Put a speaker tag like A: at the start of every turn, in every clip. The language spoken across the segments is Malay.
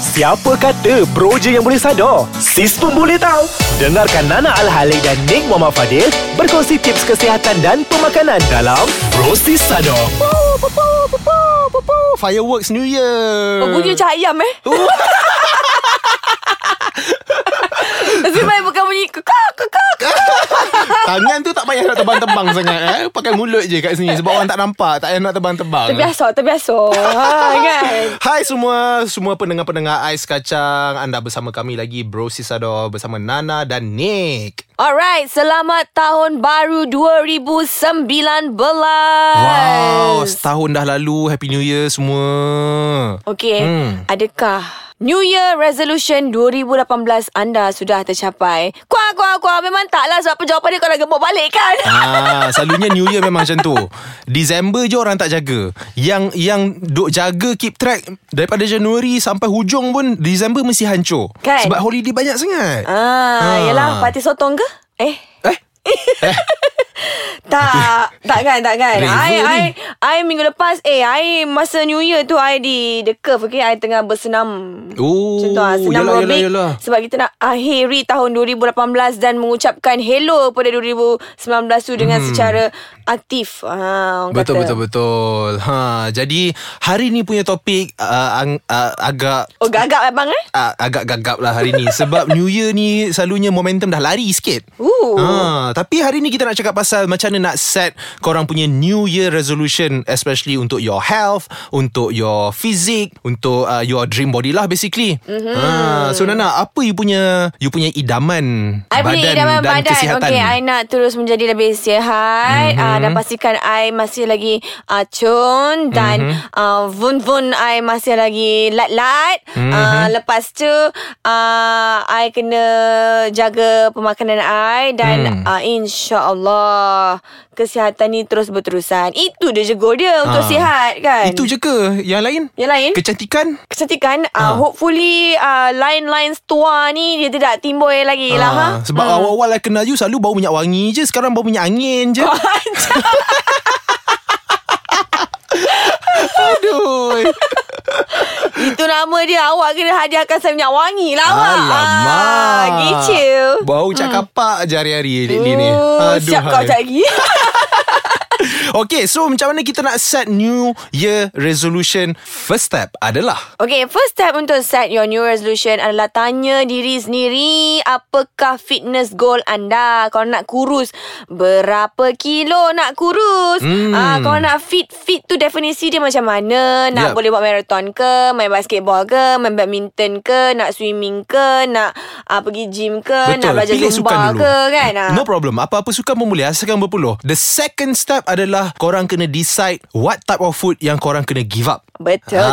A: Siapa kata bro je yang boleh sadar? Sis pun boleh tahu. Dengarkan Nana Al-Halik dan Nick Muhammad Fadil berkongsi tips kesihatan dan pemakanan dalam Bro Sis Sadar.
B: Fireworks New Year.
C: Oh, bunyi macam ayam eh. Nasib baik bukan bunyi kekak, kekak.
B: Tangan tu tak payah nak tebang-tebang sangat eh. Pakai mulut je kat sini sebab orang tak nampak, tak payah nak tebang-tebang.
C: Terbiasa, terbiasa. ha, kan?
B: Hai semua, semua pendengar-pendengar Ais Kacang. Anda bersama kami lagi Bro Sisador bersama Nana dan Nick.
C: Alright, selamat tahun baru 2019.
B: Wow, Oh, setahun dah lalu. Happy New Year semua.
C: Okay,
B: Hmm.
C: hmm. adakah New Year Resolution 2018 anda sudah tercapai? Kuah, kuah, kuah. Memang taklah sebab jawapan dia kau dah gembok balik kan?
B: Ah, selalunya New Year memang macam tu. December je orang tak jaga. Yang yang duk jaga keep track daripada Januari sampai hujung pun December mesti hancur.
C: Kan?
B: Sebab holiday banyak sangat.
C: Ah, ah. yalah, parti sotong ke? Eh,
B: Eh?
C: Tak, tak kan, tak kan.
B: Reva
C: I,
B: ni.
C: I, I minggu lepas, eh, I masa New Year tu, I di The Curve, okay? I tengah bersenam.
B: Oh,
C: Macam tu lah, senam
B: yalah, yalah,
C: aerobik.
B: yalah.
C: Sebab kita nak akhiri tahun 2018 dan mengucapkan hello pada 2019 tu dengan secara aktif. Ha, orang
B: Hmm. Betul
C: kata.
B: betul betul. Ha jadi hari ni punya topik uh, ang, uh, agak
C: Oh, gagap abang eh?
B: uh, agak gagap lah hari ni sebab New Year ni selalunya momentum dah lari sikit.
C: Ooh.
B: Ha tapi hari ni kita nak cakap pasal macam mana nak set korang punya New Year resolution especially untuk your health, untuk your physique, untuk uh, your dream body lah basically.
C: Mhm.
B: Mm-hmm. Ha so Nana apa you punya you punya idaman
C: I
B: badan
C: punya idaman
B: dan
C: badan
B: kesihatan? Mhm.
C: Okay I nak terus menjadi lebih sihat mm-hmm. uh, Dan pastikan I masih lagi uh, cun Dan
B: Mhm.
C: mm-hmm. uh, Vun-vun I masih lagi lat-lat mm-hmm.
B: Mhm.
C: uh, Lepas tu uh, I kena jaga pemakanan I
B: Hmm.
C: Dan mm. uh, insyaAllah Kesihatan ni terus berterusan Itu dia je goal dia untuk
B: Ah.
C: sihat kan
B: Itu je ke? Yang lain?
C: Yang lain
B: Kecantikan?
C: Kecantikan
B: Ah.
C: uh, Hopefully uh, Line-line tua ni Dia tidak timbul lagi lah ha?
B: Ah, Sebab hmm. awal-awal I kenal you Selalu bau minyak wangi je Sekarang bau minyak angin je Aduh
C: Itu nama dia Awak kena hadiahkan saya minyak wangi lah awak
B: Alamak
C: ah, Gicil
B: Bau cak kapak je hari-hari lately ni
C: Oh, Siap kau
B: hai.
C: cak lagi
B: Okay so macam mana kita nak set New Year resolution First step adalah
C: Okay, first step untuk set your new resolution adalah tanya diri sendiri apakah fitness goal anda. Kalau nak kurus, berapa kilo nak kurus?
B: Hmm.
C: Hmm. Ah, kalau nak fit, fit tu definisi dia macam mana? Nak
B: Yup.
C: boleh buat marathon ke, main basketball ke, main badminton ke, nak swimming ke, nak ah, pergi gym ke, nak belajar
B: Pilih sukan
C: zumba
B: dulu.
C: ke kan? Ah.
B: No problem Apa-apa sukan pun boleh Asalkan berpeluh The second step adalah Korang kena decide What type of food Yang korang kena give up
C: Betul ah.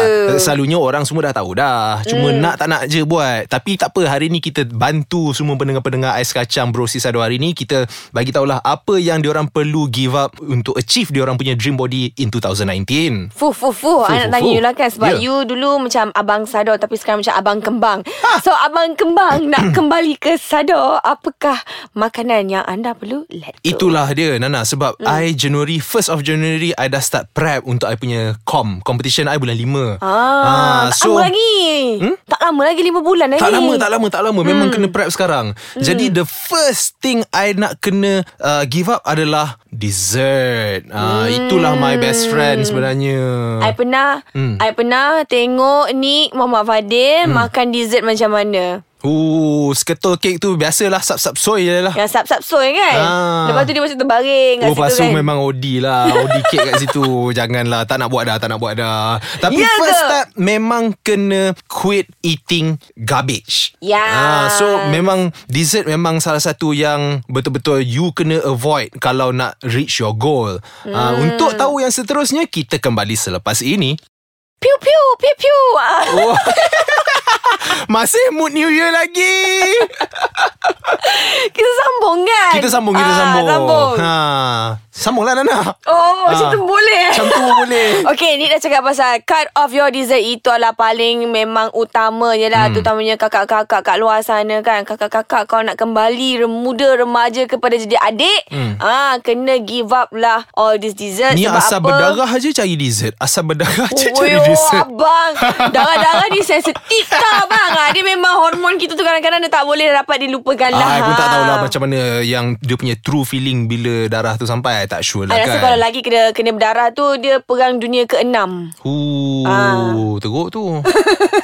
B: Ah,
C: je.
B: Selalunya orang semua dah tahu dah Cuma
C: Hmm.
B: nak tak nak je buat Tapi tak apa Hari ni kita bantu Semua pendengar-pendengar Ais Kacang Bro Sisa Dua hari ni Kita bagi tahulah Apa yang diorang perlu give up Untuk achieve diorang punya dream body In 2019
C: Fuh, fuh, fuh.
B: Fuh,
C: I
B: fuh,
C: nak tanya
B: fuh.
C: you lah kan. Sebab
B: Ya.
C: yeah. you dulu macam abang Sador tapi sekarang macam abang kembang.
B: Ha.
C: So, abang kembang nak kembali ke Sador. Apakah makanan yang anda perlu? Let go.
B: Itulah dia Nana Sebab
C: Hmm.
B: I January 1st of January I dah start prep Untuk I punya com Competition I bulan 5
C: Ah, tak lama lagi. Hmm? Tak lama lagi, lima bulan lagi.
B: Tak lama, tak lama, tak lama. Memang kena prep sekarang. Jadi the first thing I nak kena uh, give up adalah dessert. Uh, Itulah my best friend sebenarnya.
C: I pernah hmm. I pernah tengok ni Muhammad Fadil hmm. makan dessert macam mana.
B: Ooh, seketul kek tu biasalah sap-sap soy je lah.
C: Yang sap-sap soy kan.
B: Ah.
C: Lepas tu dia macam terbaring kat
B: Oh
C: situ
B: pasu
C: kan.
B: memang OD lah OD cake kat situ Janganlah Tak nak buat dah Tak nak buat dah Tapi
C: Ya
B: first
C: ke?
B: step Memang kena Quit eating garbage
C: Ya.
B: Ah, So memang Dessert memang salah satu yang Betul-betul You kena avoid Kalau nak reach your goal hmm. Untuk tahu yang seterusnya Kita kembali selepas ini
C: Piu piu piu piu. Ah.
B: Oh Masih mood New Year lagi
C: Kita sambung kan
B: Kita sambung Kita
C: Ah,
B: sambung
C: Sambung
B: ha. Sambung lah Nana
C: Oh macam
B: Ah.
C: tu boleh
B: Macam tu boleh
C: Okay ni dah cakap pasal Cut off your dessert Itu adalah paling Memang utamanya lah hmm. Terutamanya kakak-kakak Kat luar sana kan Kakak-kakak Kau nak kembali Muda remaja Kepada jadi adik hmm. ah Kena give up lah All this dessert
B: Ni
C: Sebab
B: asal
C: apa
B: berdarah je cari dessert Asal berdarah je cari
C: Woyoh,
B: dessert
C: abang Darah-darah ni sensitif tak abang ah, Dia memang hormon kita tu Kadang-kadang dia tak boleh dapat dilupakan lah
B: Ah, I pun tak tahulah macam mana yang dia punya true feeling bila darah tu sampai. I tak sure lah kan.
C: I Ah, rasa kalau lagi kena, kena berdarah tu Dia perang dunia ke-6
B: Ooh,
C: Ah.
B: teruk tu.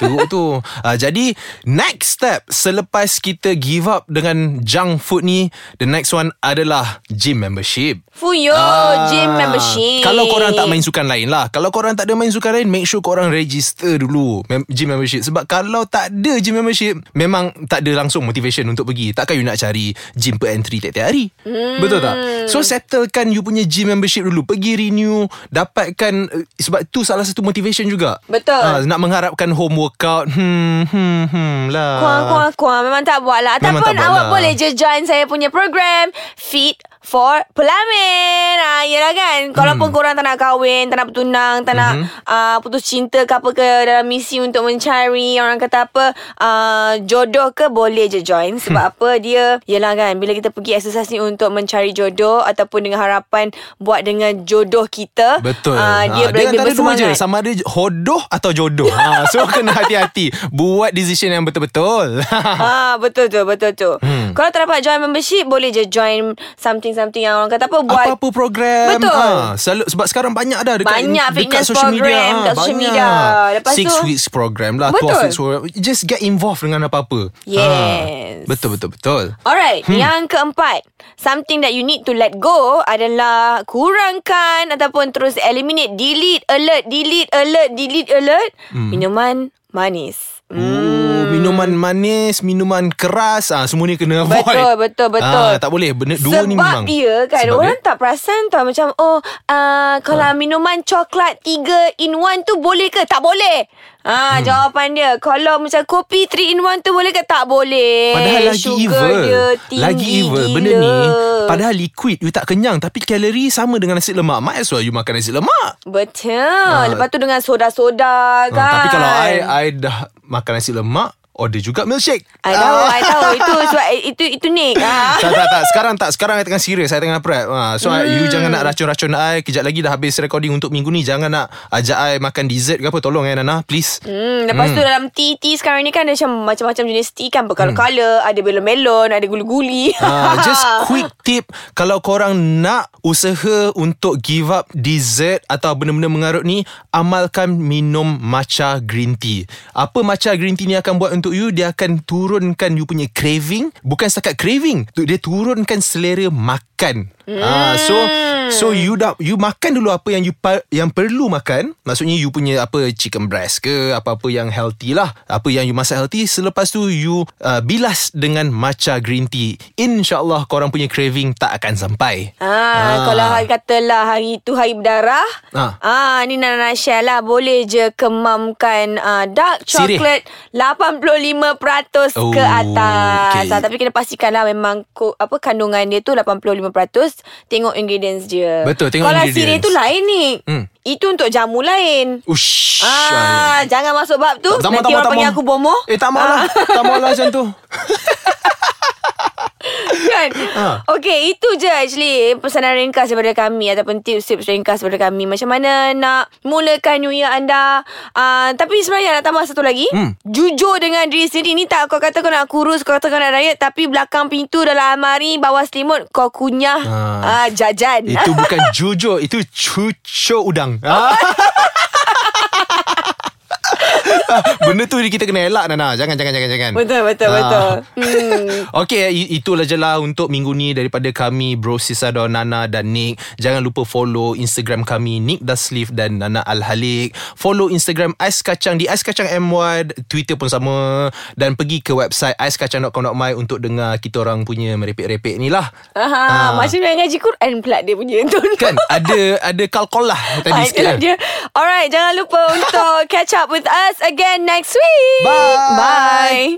B: teruk tu. Ah, jadi next step selepas kita give up dengan junk food ni, the next one adalah gym membership.
C: Fuyo
B: Ah,
C: Gym membership
B: Kalau korang tak main sukan lain lah Kalau korang tak ada main sukan lain Make sure korang register dulu mem- Gym membership Sebab kalau tak ada gym membership Memang tak ada langsung motivation untuk pergi Takkan you nak cari Gym per entry tiap-tiap hari hmm. Betul tak? So settlekan you punya gym membership dulu Pergi renew Dapatkan eh, Sebab tu salah satu motivation juga
C: Betul.
B: Ah, Nak mengharapkan home workout Hmm hmm hmm lah
C: Kuang kuang kuang Memang tak buat lah
B: Memang
C: Ataupun
B: tak buat
C: awak
B: lah.
C: boleh je join Saya punya program Fit for Pelamin ah, Yelah kan
B: Hmm.
C: Kalau pun korang tak nak kahwin Tak nak bertunang Tak nak
B: Mhm.
C: ah, putus cinta ke apa ke Dalam misi untuk mencari Orang kata apa ah, Jodoh ke Boleh je join
B: Hmm.
C: Sebab apa dia Yelah kan Bila kita pergi exercise ni Untuk mencari jodoh Ataupun dengan harapan Buat dengan jodoh kita
B: Betul
C: ah, Dia
B: Ah,
C: lebih
B: antara dua je
C: bersemangat
B: Sama ada hodoh atau jodoh ha, So kena hati-hati Buat decision yang betul-betul
C: Ah betul tu betul tu. Hmm. Kalau tak dapat join membership boleh je join something something yang orang kata apa buat.
B: Apa-apa program
C: Betul.
B: ha, selalu, Sebab sekarang banyak dah Dekat,
C: Banyak
B: dekat
C: fitness
B: social media
C: program,
B: ha,
C: kat social
B: banyak.
C: media. Lepas
B: Six
C: tu-
B: weeks program lah
C: Betul.
B: 12 weeks program Just get involved dengan apa-apa Ha,
C: Yes.
B: Betul-betul-betul
C: Alright, hmm. yang keempat, something that you need to let go adalah kurangkan ataupun terus eliminate, delete, alert, delete, alert, delete, alert hmm. minuman manis. Hmm.
B: Oh, minuman manis, minuman keras ah ha, Semua ni kena avoid
C: Betul, betul, betul.
B: Ah, Tak boleh, benda, dua
C: Sebab
B: ni memang
C: dia kan
B: Sebab
C: Orang
B: dia- Ah.
C: tak perasan tau Macam oh uh, Kalau minuman coklat Tiga in one tu boleh ke? Tak boleh Ha, hmm. Jawapan dia Kalau macam kopi Three in one tu boleh ke? Tak boleh
B: Padahal lagi
C: Eh, Sugar
B: evil
C: dia tinggi
B: Lagi evil
C: gila.
B: Benda ni Padahal liquid You tak kenyang Tapi kalori sama dengan nasi lemak Might as well you makan nasi lemak
C: Betul Lepas tu dengan soda-soda kan
B: ha, Ah. Tapi kalau I I dah makan nasi lemak Order juga milkshake
C: I tahu,
B: Ah.
C: I tahu. Itu sebab itu itu ni. Ha.
B: tak, tak, tak. Sekarang tak. Sekarang I tengah serius. I tengah prep. Ha, so, hmm. you jangan nak racun-racun I. Kejap lagi dah habis recording untuk minggu ni. Jangan nak ajak I makan dessert ke apa. Tolong eh, Nana. Please.
C: Hmm, lepas hmm. tu dalam tea-tea sekarang ni kan ada macam macam-macam jenis tea kan berkala-kala, hmm. ada melon-melon, ada guli-guli.
B: Ha, just quick tip Kalau korang nak Usaha untuk give up Dessert Atau benda-benda mengarut ni Amalkan minum Matcha green tea Apa matcha green tea ni akan buat untuk you Dia akan turunkan You punya craving Bukan setakat craving tu- Dia turunkan selera makan
C: Hmm.
B: ha, So So you dah You makan dulu apa yang you pa- Yang perlu makan Maksudnya you punya Apa chicken breast ke Apa-apa yang healthy lah Apa yang you masak healthy Selepas tu you uh, Bilas dengan matcha green tea InsyaAllah korang punya craving Tak akan sampai
C: Ah,
B: Ah.
C: kalau hari katalah hari tu hari berdarah.
B: Ah.
C: Ah, ah ni Nana share lah boleh je kemamkan ah, dark
B: Sirih.
C: chocolate 85%
B: Oh,
C: ke atas.
B: okay.
C: Okay. Ah, tapi kena pastikan lah memang ko, apa kandungan dia tu 85%. Tengok ingredients dia.
B: Betul, tengok
C: kalau
B: ingredients.
C: sirih tu lain ni.
B: Hmm.
C: Itu untuk jamu lain.
B: Ush
C: Ah, jangan masuk bab tu.
B: Tak mau, tak
C: Nanti
B: mau,
C: orang
B: tak
C: panggil
B: mau.
C: aku bomoh. Ah.
B: Eh tak mau lah Tak mau lah macam tu
C: kan
B: Ha.
C: Okay itu je actually eh, Pesanan ringkas daripada kami Ataupun tips-tips ringkas daripada kami Macam mana nak Mulakan new year anda uh, Tapi sebenarnya nak tambah satu lagi
B: Hmm.
C: Jujur dengan diri sendiri Ni tak kau kata kau nak kurus Kau kata kau nak diet Tapi belakang pintu dalam almari Bawah selimut Kau kunyah
B: Ha.
C: uh, Jajan
B: Itu bukan jujur Itu cucu udang
C: Oh.
B: Ah. Benda tu kita kena elak Nana Jangan jangan jangan jangan
C: Betul betul
B: Ah.
C: betul hmm.
B: Okay i- Itulah je lah Untuk minggu ni Daripada kami Bro Sisado Nana dan Nick Jangan lupa follow Instagram kami Nick Daslif Dan Nana Al-Halik Follow Instagram Ais Kacang Di Ais Kacang MY Twitter pun sama Dan pergi ke website Aiskacang.com.my Untuk dengar Kita orang punya Merepek-repek ni lah
C: Aha,
B: Ah.
C: Macam nak ngaji Quran pula Dia punya tu
B: Kan Ada Ada kalkol lah Tadi
C: Ah,
B: sikit
C: itulah
B: kan
C: dia. Alright, jangan lupa untuk catch up with us again
B: again next week.
C: Bye.
B: Bye.